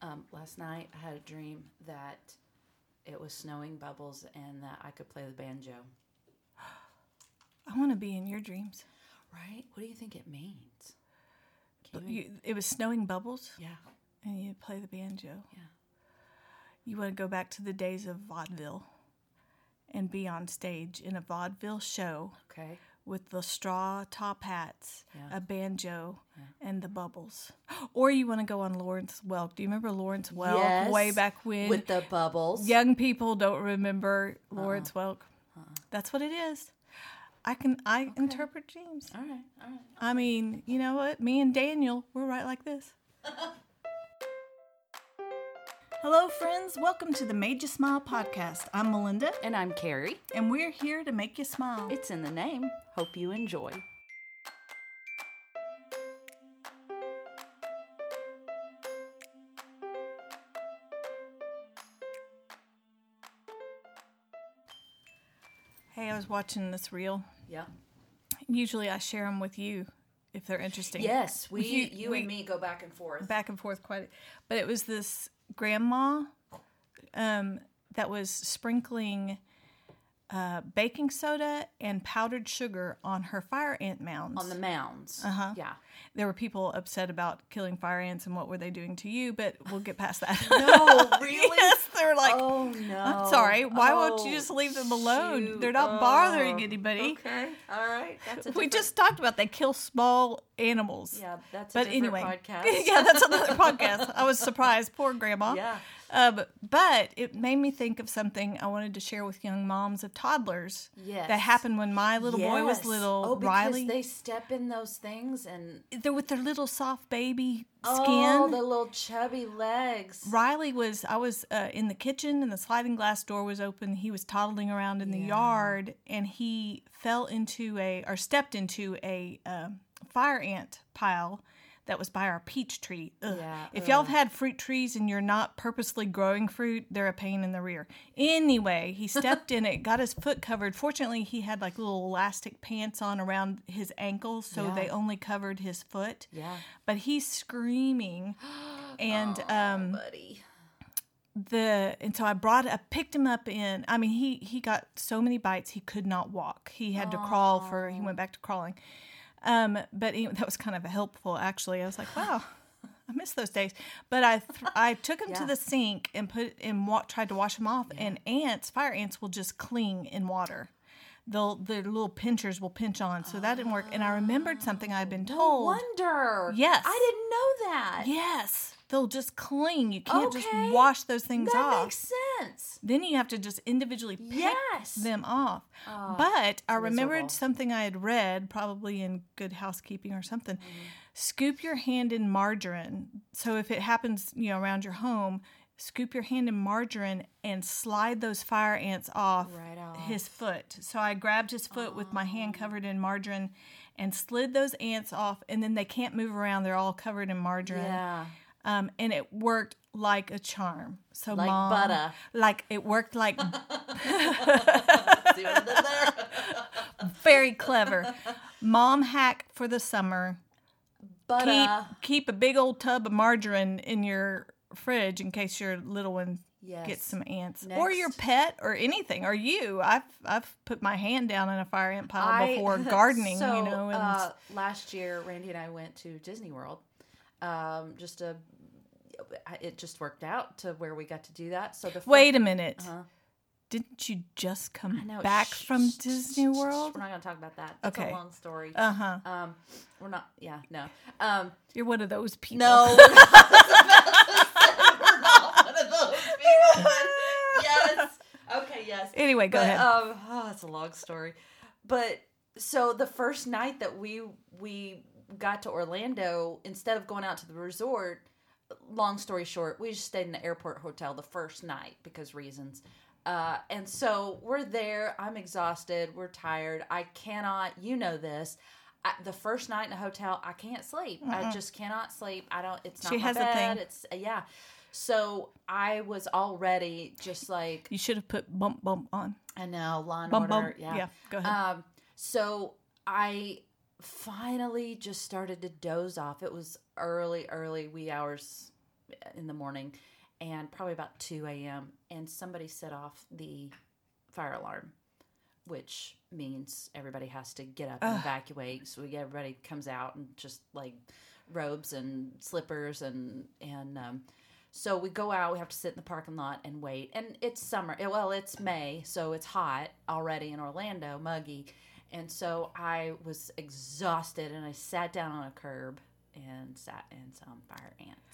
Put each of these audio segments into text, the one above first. Um, last night I had a dream that it was snowing bubbles and that I could play the banjo. I want to be in your dreams. Right? What do you think it means? Can But you- you, it was snowing bubbles, yeah, and you play the banjo. yeah. You want to go back to the days of vaudeville and be on stage in a vaudeville show Okay. with the straw top hats, Yeah. a banjo, and the bubbles. Or you want to go on Lawrence Welk. Do you remember Lawrence Welk way Yes, back when? with the bubbles. Young people don't remember Lawrence Uh-uh. Welk. That's what it is. I can I interpret dreams. All right. All right. I mean, you know what? Me and Daniel, we're right like this. Hello, friends. Welcome to the Made You Smile podcast. I'm Melinda, And I'm Carrie. and we're here to make you smile. It's in the name. Hope you enjoy. Hey, I was watching this reel. Yeah. Usually, I share them with you if they're interesting. Yes, we you, You- and we- me go back and forth. back and forth quite. But it was this grandma um, that was sprinkling uh, baking soda and powdered sugar on her fire ant mounds. on the mounds. Uh-huh. Yeah. there were people upset about killing fire ants and what were they doing to you, but we'll get past that. No, really? yes, they're like, Oh no. I'm sorry, why won't you just leave them alone? They're not bothering anybody. Oh, Okay. All right. That's a We different- just talked about they kill small animals. Yeah, that's a But different anyway, podcast. yeah, that's another podcast. I was surprised, poor grandma. Yeah. Um, but it made me think of something I wanted to share with young moms of toddlers. Yes. That happened when my little boy was Yes. little. Oh, because Riley, they step in those things and they're with their little soft baby skin. oh, the little chubby legs. Riley was, I was uh, in the kitchen and the sliding glass door was open. He was toddling around in the yard and he fell into a, or stepped into a um, fire ant pile that was by our peach tree. Ugh. Yeah, if y'all have had fruit trees and you're not purposely growing fruit, they're a pain in the rear. Anyway, he stepped in it, got his foot covered. Fortunately, he had like little elastic pants on around his ankles, so Yeah. they only covered his foot. Yeah. Oh. But he's screaming. And um, Buddy. the and so I brought I picked him up in I mean he he got so many bites he could not walk he had to crawl for he went back to crawling um but he, that was kind of helpful actually I was like wow I miss those days but I th- I took him to Yeah. the sink and put and wa- tried to wash him off and ants fire ants will just cling in water they'll their little pinchers will pinch on so that didn't work and I remembered something I had been told Oh, Wonder. oh. Yes. I didn't know that. yes they'll just cling you can't Okay. just wash those things that off makes sense. then you have to just individually pick Yes. Oh, them off. but I remembered miserable. something I had read, probably in Good Housekeeping or something. Mm-hmm. Scoop your hand in margarine. So if it happens, you know, around your home, scoop your hand in margarine and slide those fire ants off Right Oh. his foot. So I grabbed his foot with my hand covered in margarine and slid those ants off, and then they can't move around. They're all covered in margarine Yeah. um, and it worked like a charm. So Like mom, butter. like it worked like See what I did there? very clever. Mom hack for the summer: Butter. keep keep a big old tub of margarine in your fridge in case your little one Yes. gets some ants, or your Next. pet, or anything, or you. I've I've put my hand down in a fire ant pile I- before gardening, so, you know, and uh, last year, Randy and I went to Disney World. Um, just a, it just worked out to where we got to do that. So the fir- Wait a minute. Uh-huh. Didn't you just I come know, back shh, from shh, shh, Disney shh, shh, World? We're not gonna talk about that. That's Okay. a long story. Uh huh. um, we're not. Yeah, no. Um, You're one of those people. we're not one of those people. yes. Okay. Yes. Anyway, go but, ahead. Um, oh, it's a long story. But so the first night that we we got to Orlando, instead of going out to the resort, long story short, we just stayed in the airport hotel the first night because reasons. Uh, and so we're there. I'm exhausted. We're tired. I cannot. You know this. I, the first night in a hotel, I can't sleep. I just cannot sleep. I don't. It's not She my has a bed. thing. It's yeah. So I was already just like You should have put bump bump on. I know, Law and Bump Order. bump. Yeah. Yeah, go ahead. Um, so I finally just started to doze off. It was early, early wee hours, in the morning, and probably about two a.m. And somebody set off the fire alarm, which means everybody has to get up and evacuate. So we, everybody comes out and just like robes and slippers and and um, so we go out. We have to sit in the parking lot and wait. And it's summer. eh, Well, it's May, so it's hot already in Orlando, muggy. And so I was exhausted, and I sat down on a curb and sat in some fire ants.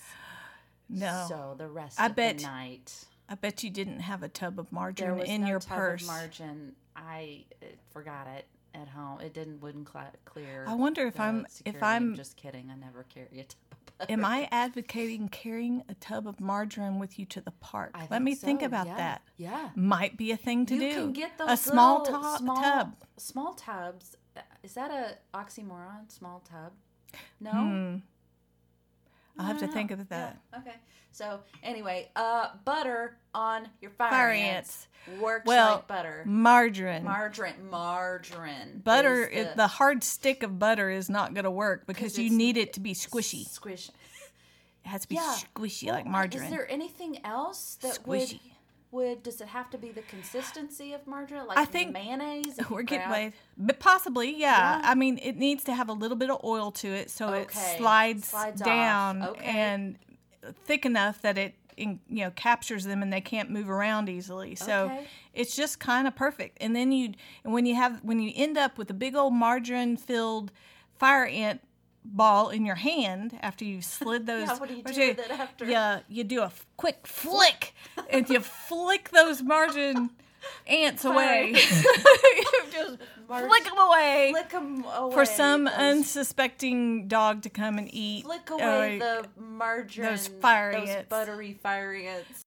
No. So the rest I of bet the night I bet you didn't have a tub of there margarine was in no your tub of purse. margin. I uh, forgot it at home. It didn't wouldn't cla clear. I wonder if the I'm- if security. I'm- just kidding. I never carry a tub. of Am I advocating carrying a tub of margarine with you to the park? I Let me think so, about yeah, that. Yeah. Might be a thing to you do. can get those a small, little to- small tub. Small tubs. Uh, Is that a oxymoron? Small tub? No. Hmm. I'll have I to don't think know. of Yeah, that. Okay. So anyway, uh, butter on your fire, Fire ants, works Well, like butter. Margarine. Margarine, margarine. butter is it- the hard stick of butter is not going to work because you it's- need it to be squishy. squish. It has to be Yeah. squishy like Is margarine. there anything else that would Squishy. would does it have to be the consistency of margarine? Like I think- mayonnaise. if you We're getting grab- way, but possibly, yeah. Yeah. I mean, it needs to have a little bit of oil to it so Okay. it slides, Slides off. down Okay. and thick enough that it, in, you know, captures them and they can't move around easily. So Okay. it's just kind of perfect. And then you, and when you have, when you end up with a big old margarine-filled fire ant ball in your hand after you've slid those, what do you what do with it after? Yeah, you do a f- quick flick, and you flick those margarine ants away. just Marg- flick them away Flick 'em away. for some those- unsuspecting dog to come and eat. uh, flick away or- the margarine. those fire those ants. buttery fire ants.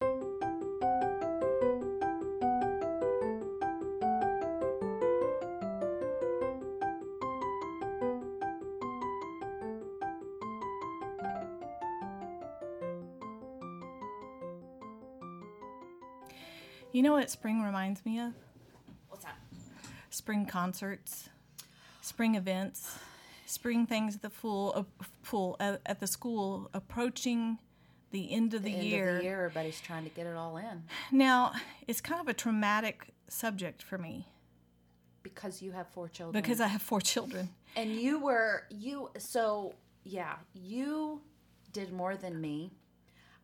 You know what spring reminds me of? What's that? Spring concerts, spring events, spring things at the pool, uh, pool uh, at the school approaching the end of the, End year. of the year, everybody's trying to get it all in Now, it's kind of a traumatic subject for me because you have four children. because I have four children. And you were you so yeah, you did more than me.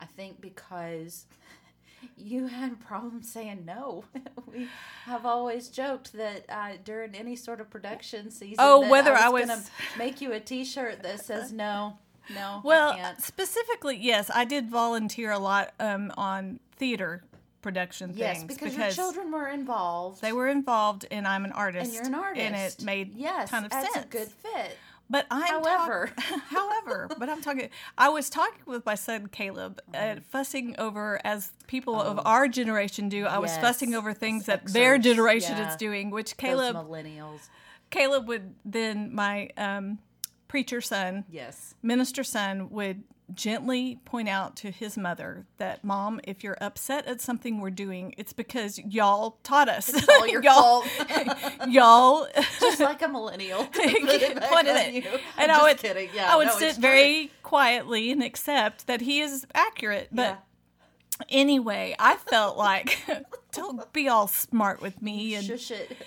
I think because you had problems saying no. we have always joked that uh, during any sort of production season, Oh, that whether I I was, was- gonna make you a T-shirt that says no, no. I Well, can't. specifically, yes, I did volunteer a lot um, on theater production yes, things because, your children were involved. they were involved, and I'm an artist, and you're an artist, and it made yes, ton of that's sense. a good fit. But I'm talk- However. however, but I'm talking. I was talking with my son Caleb, uh, Uh-huh. fussing over as people of our generation do. I was Oh. Yes. fussing over things Us that their Xers, generation yeah. is doing, which Those Caleb, millennials, Caleb would then my um, preacher son, yes, minister son would gently point out to his mother that mom if you're upset at something we're doing it's because y'all taught us it's all your y'all fault. y'all just like a millennial. to put it back on pointed it. you. and I'm i just would kidding. Yeah, i would no, it's sit true. very quietly and accept that he is accurate but Yeah. anyway i felt like don't be all smart with me and shush it.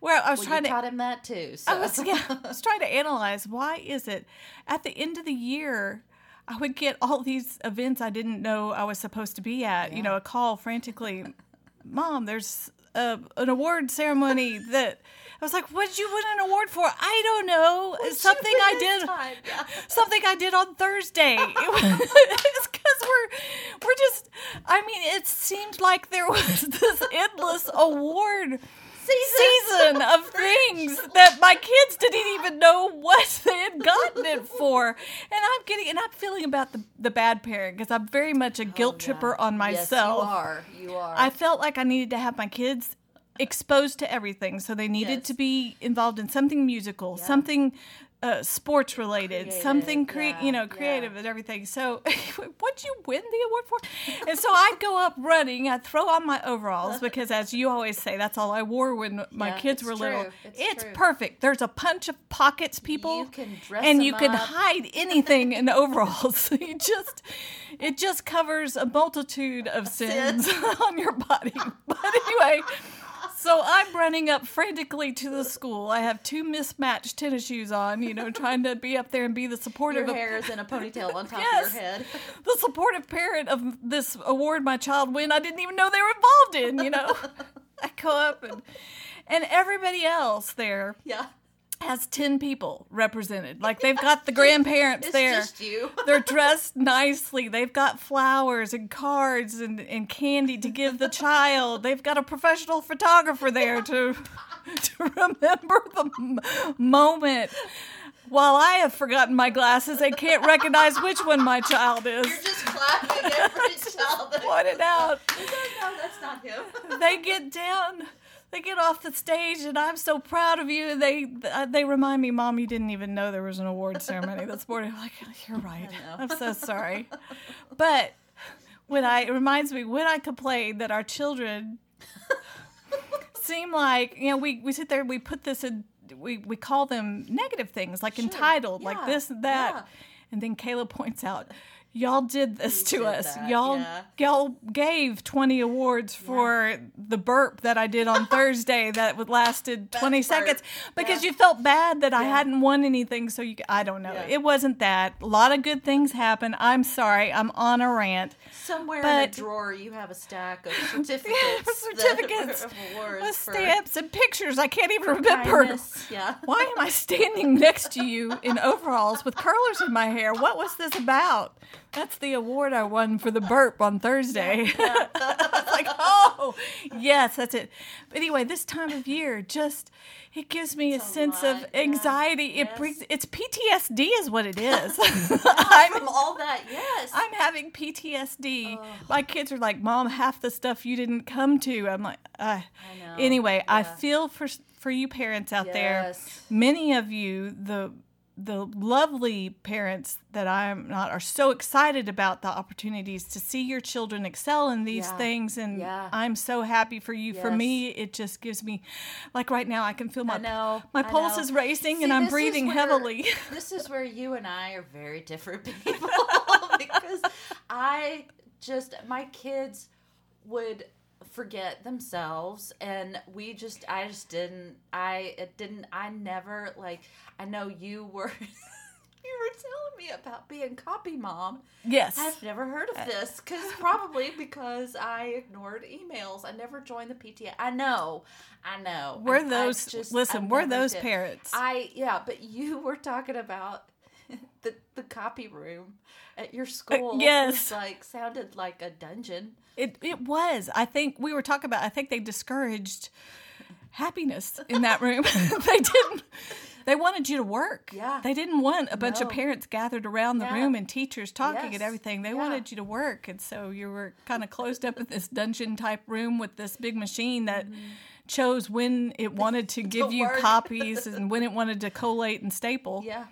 where i was Well, trying you to taught him that too. So. I was, yeah, I was trying to analyze why is it at the end of the year I would get all these events I didn't know I was supposed to be at. You know, a call frantically, "Mom, there's a, an award ceremony that." I was like, "What did you win an award for?" I don't know. It's something I did. Time. Yeah. Something I did on Thursday. It was- it's because we're we're just. I mean, it seemed like there was this endless award season of things that my kids didn't even know what they had gotten it for. And I'm getting, and I'm feeling about the, the bad parent because I'm very much a guilt tripper on myself. Oh, Yes, you are. You are. I felt like I needed to have my kids exposed to everything. So they needed Yes. to be involved in something musical, something uh, sports related, Creative, something cre- yeah, you know, creative and everything. So, what'd you win the award for? And so I'd go up running. I'd throw on my overalls because, as you always say, that's all I wore when my Yeah, kids it's were little. true. It's true. perfect. There's a bunch of pockets, people, You can dress and 'em you can up. hide anything in overalls. you just, it just covers a multitude of sins on your body. But anyway. So I'm running up frantically to the school. I have two mismatched tennis shoes on, you know, trying to be up there and be the supportive Your hair is in a ponytail on top Yes. of your head. the supportive parent of this award my child win. I didn't even know they were involved in, you know. I go up and and everybody else there Yeah. has 10 people represented. Like they've got the grandparents It's there. just you. They're dressed nicely. They've got flowers and cards and, and candy to give the child. They've got a professional photographer there to, to remember the m- moment. While I have forgotten my glasses and can't recognize which one my child is, You're just clapping every child. that- point it out. No, that's not him. They get down. They get off the stage, and I'm so proud of you. They uh, they remind me, Mom, you didn't even know there was an award ceremony this morning. I'm like, you're right. know. I'm so sorry. But when I it reminds me when I complain that our children seem like you know we we sit there we put this in we we call them negative things like entitled like Yeah. this and that, Yeah. and then Kayla points out. Y'all did this to did us. that, Y'all yeah. y'all gave 20 awards for the burp that I did on Thursday that would lasted 20 burp. seconds because Yeah. you felt bad that I hadn't won anything so you I don't know. Yeah. It wasn't that. A lot of good things happened. I'm sorry. I'm on a rant. Somewhere in a But- drawer, you have a stack of certificates, certificates that, of awards With for stamps and pictures I can't even remember. kindness. Yeah. Why am I standing next to you in overalls with curlers in my hair? What was this about? That's the award I won for the burp on Thursday. it's like, oh, yes, that's it. But anyway, this time of year just it gives me a a sense of lot, yeah. anxiety. It Yes. brings it's PTSD is what it is. I'm From all that, yes. I'm having PTSD. Oh. My kids are like, "Mom, half the stuff you didn't come to." I'm like, I uh. know, anyway, I yeah. feel for for you parents out Yes. there. Many of you, the the lovely parents that I'm not, are so excited about the opportunities to see your children excel in these Yeah. things, and Yeah. I'm so happy for you. For Yes. me, it just gives me, like right now, I can feel my I know. my I pulse know. is racing and See, I'm this is breathing where- heavily. this is where you and I are very different people because I just my kids would forget themselves and we just I just didn't I it didn't I never like I know you were you were telling me about being copy mom. yes. Uh, I've never heard of this because probably because I ignored emails. I never joined the PTA. I know, I know. we're I- I those just- I listen, we're never those did. parents. I yeah, but you were talking about the the copy room at your school. Uh, yes. was like sounded like a dungeon. It it was. I think we were talking about. I think they discouraged happiness in that room. they didn't. They wanted you to work. Yeah. They didn't want a bunch of No. parents gathered around the Yeah. room and teachers talking Yes. and everything. They Yeah. wanted you to work, and so you were kind of closed up in this dungeon type room with this big machine that. Mm-hmm. Chose when it wanted to give you work. copies and when it wanted to collate and staple Yeah, Oh,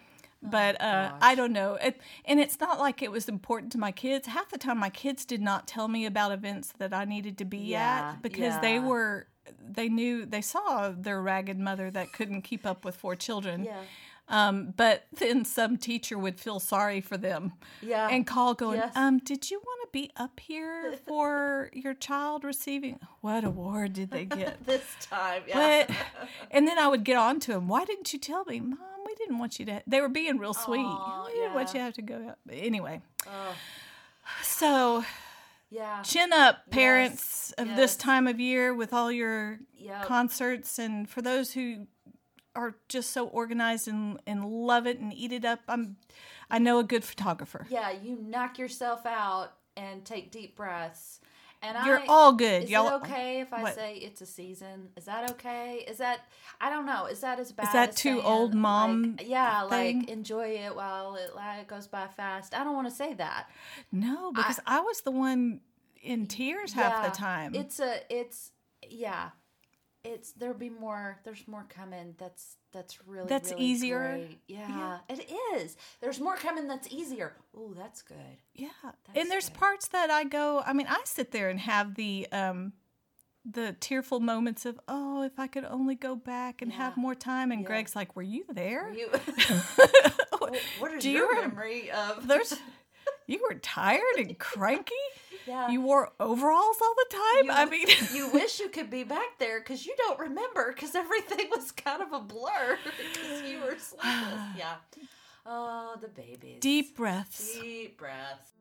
but uh, I don't know. It, and it's not like it was important to my kids. Half the time, my kids did not tell me about events that I needed to be Yeah, at because they yeah. were, they knew, they saw their ragged mother that couldn't keep up with four children. yeah, Um, but then some teacher would feel sorry for them yeah. and call going, Oh, yes. um, did you want to be up here for your child receiving? What award did they get? this time, yeah. But and then I would get on to him. Why didn't you tell me, Mom? We didn't want you to. They were being real sweet. Aw, we didn't want yeah. you to have to go out. But anyway, Oh, so yeah, chin up, parents of this yes. Oh. time of year with all your yeah. concerts, and for those who are just so organized and, and love it and eat it up. I'm, I know a good photographer. yeah, you knock yourself out and take deep breaths. And You're I, all good, Is y'all. it okay if I what? say it's a season? Is that okay? Is that I don't know. Is that as bad? that as too saying, old mom Like, yeah, thing? like enjoy it while it like, goes by fast. I don't want to say that. No, because I, was the one in tears half Yeah, the time. It's a. It's yeah. It's there'll be more. There's more coming. That's that's really That's really easier. great. Yeah, it is. There's more coming. That's easier. Oh, that's good. Yeah. That's and there's good. parts that I go, I mean, I sit there and have the um the tearful moments of, "Oh, if I could only go back and have Yeah. more time." And Yeah. Greg's like, "Were you there?" You, what is Do you your rem- memory of? There's you were tired and cranky. yeah. You wore overalls all the time. Uh, You- I mean, you wish you could be back there because you don't remember because everything was kind of a blur because you were sleepless. Yeah. Oh, the babies. deep breaths. Deep breaths.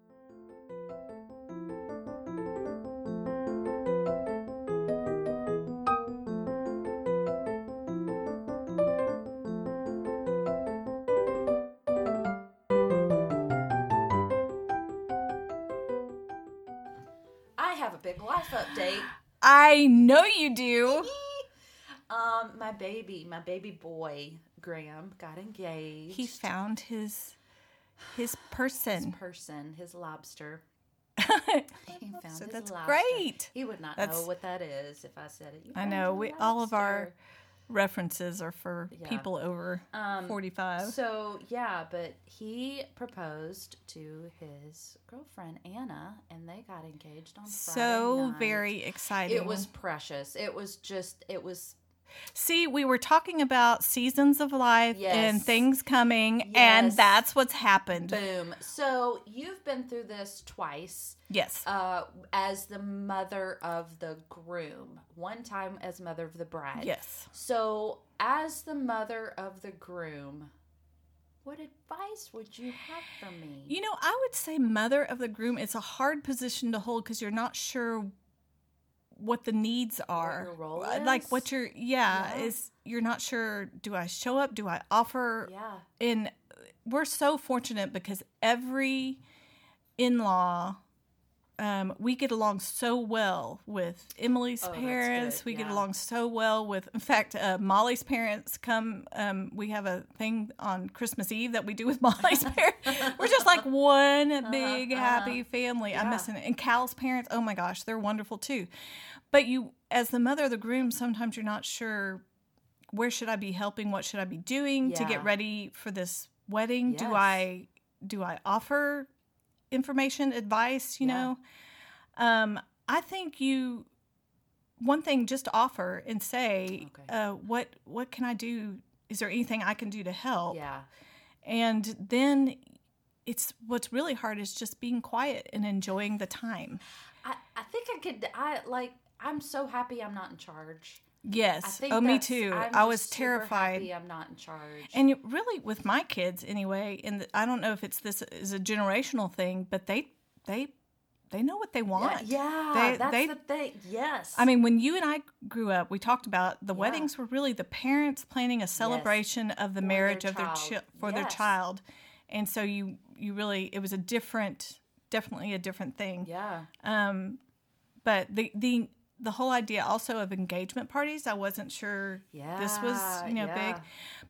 I have a big life update. I know you do. Um, my baby, my baby boy, Graham, got engaged. He found his his person. person, his lobster. He found so his that's lobster. great. He would not know That's- what that is if I said it. You I found know. your We all of our lobster. references are for Yeah. people over Um, 45. So yeah, but he proposed to his girlfriend Anna, and they got engaged on Friday so night. very exciting. It was precious. It was just. It was. See, we were talking about seasons of life Yes. and things coming, Yes. and that's what's happened. Boom. So you've been through this twice. yes. uh, as the mother of the groom, one time as mother of the bride. yes. So, as the mother of the groom, what advice would you have for me? You know, I would say mother of the groom is a hard position to hold because you're not sure what the needs are. your role Like is? what your yeah, Yeah. is you're not sure do I show up? Do I offer yeah, and we're so fortunate because every in-law um, we get along so well with Emily's Oh, that's parents. good, We get yeah. along so well with, in fact, uh, Molly's parents come. Um, we have a thing on Christmas Eve that we do with Molly's parents. We're just like one big uh-huh. happy family. I'm Yeah. missing it. And Cal's parents, oh my gosh, they're wonderful too. But you, as the mother of the groom, sometimes you're not sure where should I be helping? What should I be doing to Yeah. get ready for this wedding? Yes. Do I do I offer information, advice? You Yeah. know, um, I think you one thing just to offer and say, Okay. uh, what what can I do? Is there anything I can do to help? yeah, And then it's what's really hard is just being quiet and enjoying the time. I, I think I could. I like. I'm so happy I'm not in charge. I Yes. think Oh, me that's- too. I'm I just was super terrified. happy I'm not in charge. And it really, with my kids anyway, and I don't know if it's this is a generational thing, but they they they know what they yeah, want. yeah, They- that's they- the thing. Yes, I mean, when you and I grew up, we talked about the Yeah. weddings were really the parents planning a celebration of the marriage of their child. chi- for their Yes. child, and so you you really it was a different, definitely a different thing. yeah, Um, but the the the whole idea also of engagement parties, I wasn't sure this was Yeah, you know yeah. big.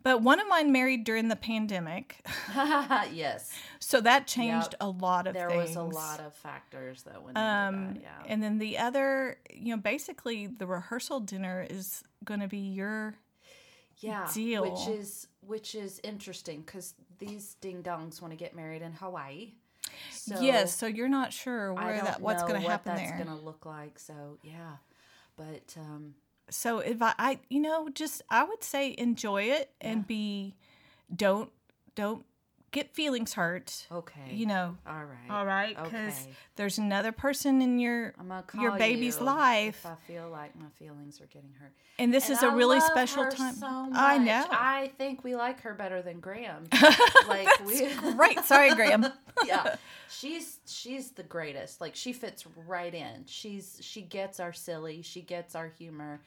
But one of mine married during the pandemic, yes. so that changed Yep. a lot of There was things. a lot of factors that went into Um, that. Yeah. and then the other, you know, basically the rehearsal dinner is going to be your yeah deal. which is which is interesting because these ding dongs want to get married in hawaii so yes. So you're not sure I where don't that what's know going to what happen that's there. gonna look like so yeah but um So if I, I, you know, just I would say enjoy it and be, don't don't get feelings hurt. okay You know. all right All right, because Okay. there's another person in your i'm gonna call your baby's you life. if i feel like my feelings are getting hurt and this And is a I really love special her time. so much. I know. i think we like her better than graham like we right. Sorry, Graham. yeah she's she's the greatest like she fits right in she's she gets our silly she gets our humor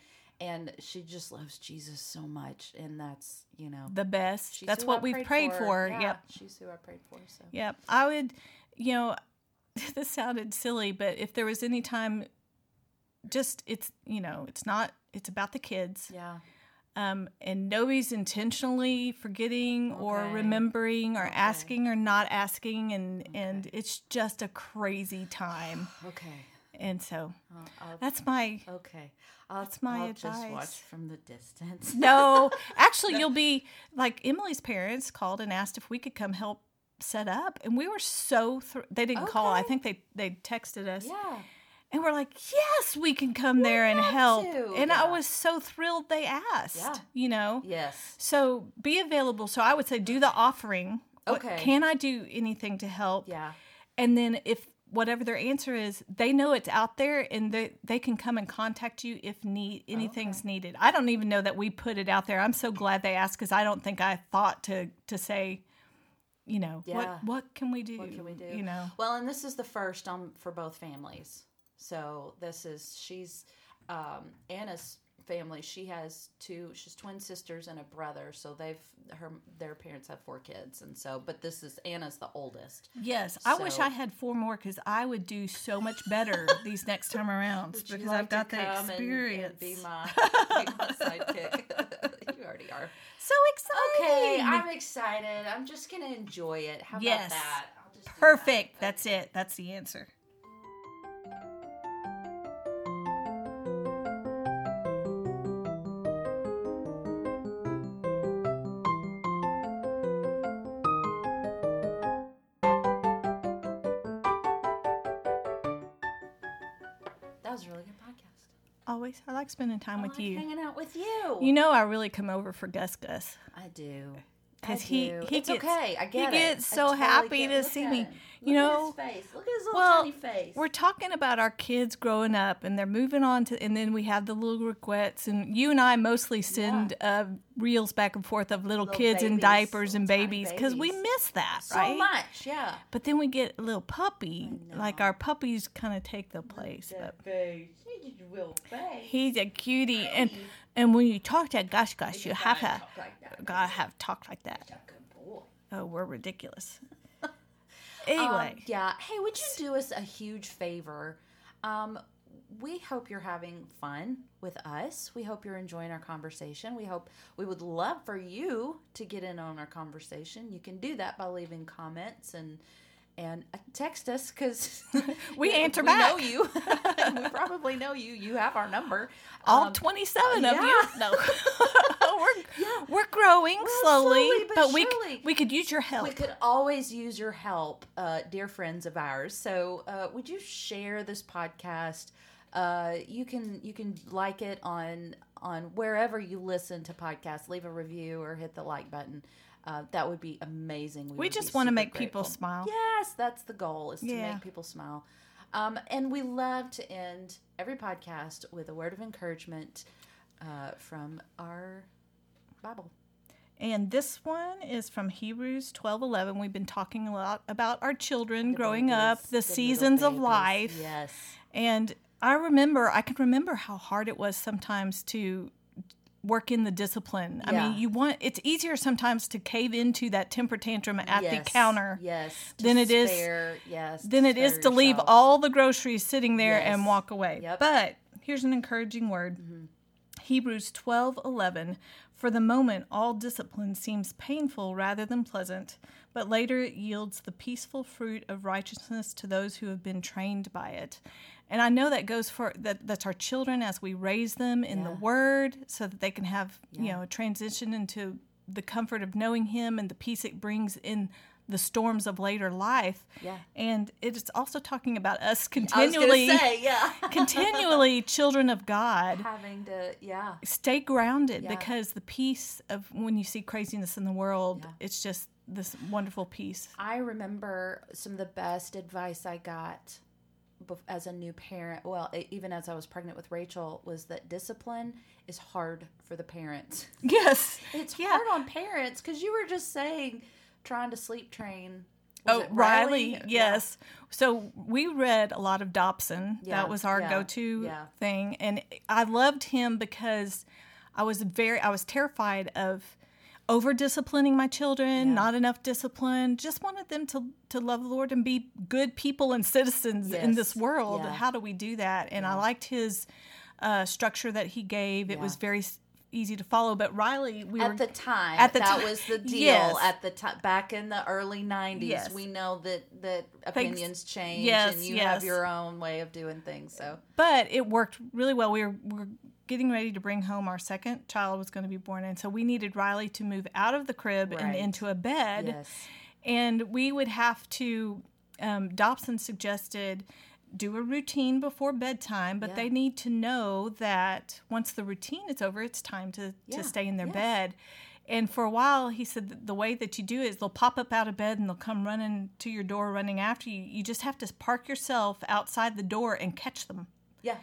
and she just loves jesus so much and that's you know The best. she's That's who I what we've prayed, for. Yeah, Yep. she's who i prayed for so Yep. I would, you know, this sounded silly, but if there was any time, just it's, you know, it's not, it's about the kids. yeah Um, and nobody's intentionally forgetting or Okay. remembering or Okay. asking or not asking. And, and it's just a crazy time. okay And so Oh, I'll- that's my okay. I'll, that's my I'll just advice. watch from the distance. no. Actually, you'll be like Emily's parents called and asked if we could come help set up, and we were so thr- they didn't call. I Okay. think they they texted us, Yeah. and we're like, yes, we can come there and have help. to. And I Yeah. was so thrilled they asked. Yeah. You know. Yes. So be available. So I would say do the offering. What- Okay. can I do anything to help? Yeah. And then if whatever their answer is, they know it's out there and they, they can come and contact you if need anything's needed. I don't even know that we put it out there. I'm so glad they asked because I don't think I thought to to say, you know, Yeah. what what can we do? What can we do? You know. Well, and this is the first um for both families. So this is she's um Anna's family. She has two she's twin sisters and a brother. So they've her their parents have four kids and so but this is Anna's the oldest. Yes, I wish So- I had four more because I would do so much better these next time around Would you because like I've got to the come and- And, experience. be my, be my sidekick. you already are. so Okay, exciting! I'm excited. I'm just gonna enjoy it. How Yes. about that? I'll just do that. Perfect. That's it. That's the answer. That was a really good podcast. Always, I like spending time I with like you. hanging out with you. You know, I really come over for Gus Gus I do. because I he do. he it's gets okay. I get he it. gets I so totally happy get- to look see at me. him. You Look know, at his face. Look at his little well, tiny face. we're talking about our kids growing up and they're moving on to and then we have the little regrets and you and I mostly send uh, reels back and forth of little, Little kids in babies, diapers and little tiny babies because we babies. miss that so right. much. Yeah. But then we get a little puppy like our puppies kind of take the place. But face. Look at your little face. he's a cutie and and when you talk to gosh gosh you have Gotta to talk like that. gotta have talk like that. You're a Good boy. Oh, we're ridiculous. Um, Anyway, yeah. Hey, would you do us a huge favor? Um, we hope you're having fun with us. We hope you're enjoying our conversation. We hope we would love for you to get in on our conversation. You can do that by leaving comments and and uh, text us because We answer Know back. you. we probably know you. You have our number. all Um, 27 uh, of you. yeah. No. we're, we're growing slowly, slowly but but, we, c- surely. we could use your help. We could always use your help, uh, dear friends of ours. So, uh, would you share this podcast? Uh, you can you can like it on on wherever you listen to podcasts. Leave a review or hit the like button. Uh, that would be amazing. we would be just want to super make people grateful. smile. Yes, that's the goal is to Yeah. make people smile. Um, and we love to end every podcast with a word of encouragement uh, from our Bible. And this one is from Hebrews 12:11. We've been talking a lot about our children growing up, Babies, the, little seasons of babies. life. Yes. And I remember, I can remember how hard it was sometimes to work in the discipline. I Yeah. mean, you want it's easier sometimes to cave into that temper tantrum at yes, the counter Yes. than it is- spare, yes. than it is spare to leave yourself. all the groceries sitting there and Yes. walk away. Yep. But here's an encouraging word. Hebrews 12:11 For the moment all discipline seems painful rather than pleasant, but later it yields the peaceful fruit of righteousness to those who have been trained by it. And I know that goes for that that's our children as we raise them in the Yeah. word so that they can have, you know, a transition into the comfort of knowing him and the peace it brings in the storms of later life. Yeah. And it's also talking about us I was gonna continually, say, yeah. continually, children of God, Having to, yeah. stay grounded Yeah. because the peace of when you see craziness in the world, it's just this wonderful peace. I remember some of the best advice I got bef- as a new parent. Well, e- even as I was pregnant with Rachel, was that discipline is hard for the parents. Yes. It's Yeah. hard on parents because you were just saying trying to sleep train. was Oh, it Riley, Yeah. yes. So we read a lot of Dobson. Yeah, That was our yeah, go-to yeah. thing, and I loved him because I was very, I was terrified of over disciplining my children, not enough discipline. Just wanted them to to love the Lord and be good people and citizens in this Yes, world. yeah. How do we do that? And I liked his uh, structure that he gave. It was very s- easy to follow. But Riley, we were at the time at the that ti- was the deal Yes. at the time back in the early 90s Yes. we know that that Things- opinions change Yes, and you yes. have your own way of doing things so but it worked really well. We were, we were getting ready to bring home our second child was going to be born, and so we needed Riley to move out of the crib and Right. into a bed. yes and we would have to um, dobson suggested do a routine before bedtime but Yeah. they need to know that once the routine is over it's time to, Yeah, to stay in their yes. bed and for a while he said that the way that you do it is they'll pop up out of bed and they'll come running to your door running after you you just have to park yourself outside the door and catch them yeah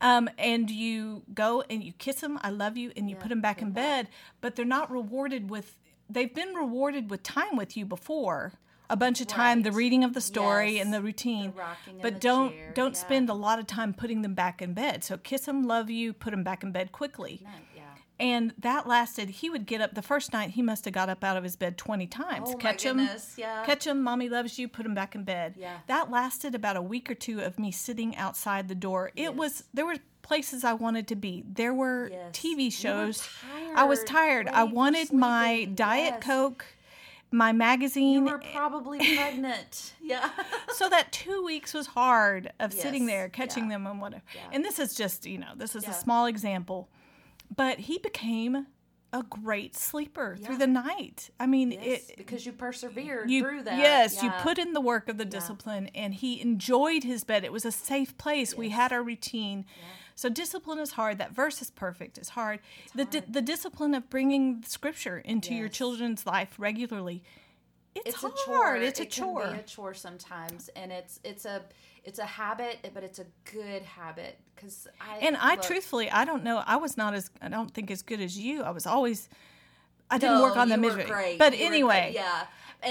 um, and you go and you kiss them, I love you, and you put 'em put them back Mm-hmm. in bed, but they're not rewarded with, they've been rewarded with time with you before a bunch of time, the Right. reading of the story and Yes. the routine. rocking in but the don't chair, don't yeah. spend a lot of time putting them back in bed. So kiss them, love you, put them back in bed quickly. No, yeah And that lasted. He would get up the first night. He must have got up out of his bed twenty times. oh catch my him, goodness yeah catch him. Mommy loves you. Put him back in bed. Uh, Yeah. That lasted about a week or two of me sitting outside the door. It was there were places I wanted to be. There were Yes. You TV were shows. I was tired. I late for wanted my sleeping. diet Yes. coke, my magazine. you were probably pregnant yeah so that two weeks was hard of sitting Yes. there catching Yeah. them and whatever. Yeah. And this is just you know this is Yeah. a small example, but he became a great sleeper through Yeah. the night. I mean yes, it. because you persevered you, through that Yes, you Yeah. put in the work of the discipline, and he enjoyed his bed. It was a safe place. We had our routine. So discipline is hard. That verse is perfect. It's hard. the di- the discipline of bringing scripture into your Yes. children's life regularly. It's, it's hard. a chore. It's a it chore. Can be a chore sometimes, and it's it's a it's a habit, but it's a good habit because I and I look, truthfully, I don't know. I was not as I don't think as good as you. I was always. I didn't No, work on the you were misery. great. But You were anyway, uh, great. yeah.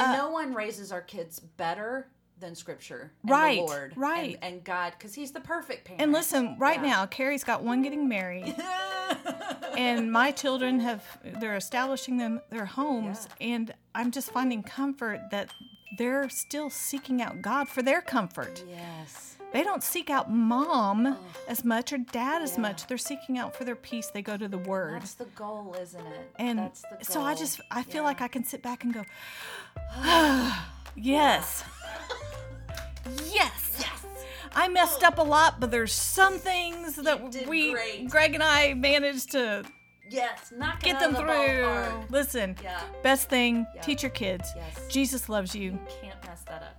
And no one raises our kids better than Scripture, and Right, The Lord, and- right. and, God, because He's the perfect parent. And listen, right Yeah. now, Carrie's got one getting married, and my children have they're establishing them their homes, and I'm just finding comfort that they're still seeking out God for their comfort. yes, They don't seek out Oh. mom as much or dad as much. They're seeking out for their peace. They go to the Word. that's the goal, isn't it? and that's the goal. so I just I feel Yeah. like I can sit back and go, yes, yes, yes, I messed up a lot, but there's some things that did we, great. Greg and I, managed to yes, knock it get out them of the through. ballpark. Listen, Yeah. best thing, Yeah. teach your kids. Yes. Jesus loves you. Can't mess that up.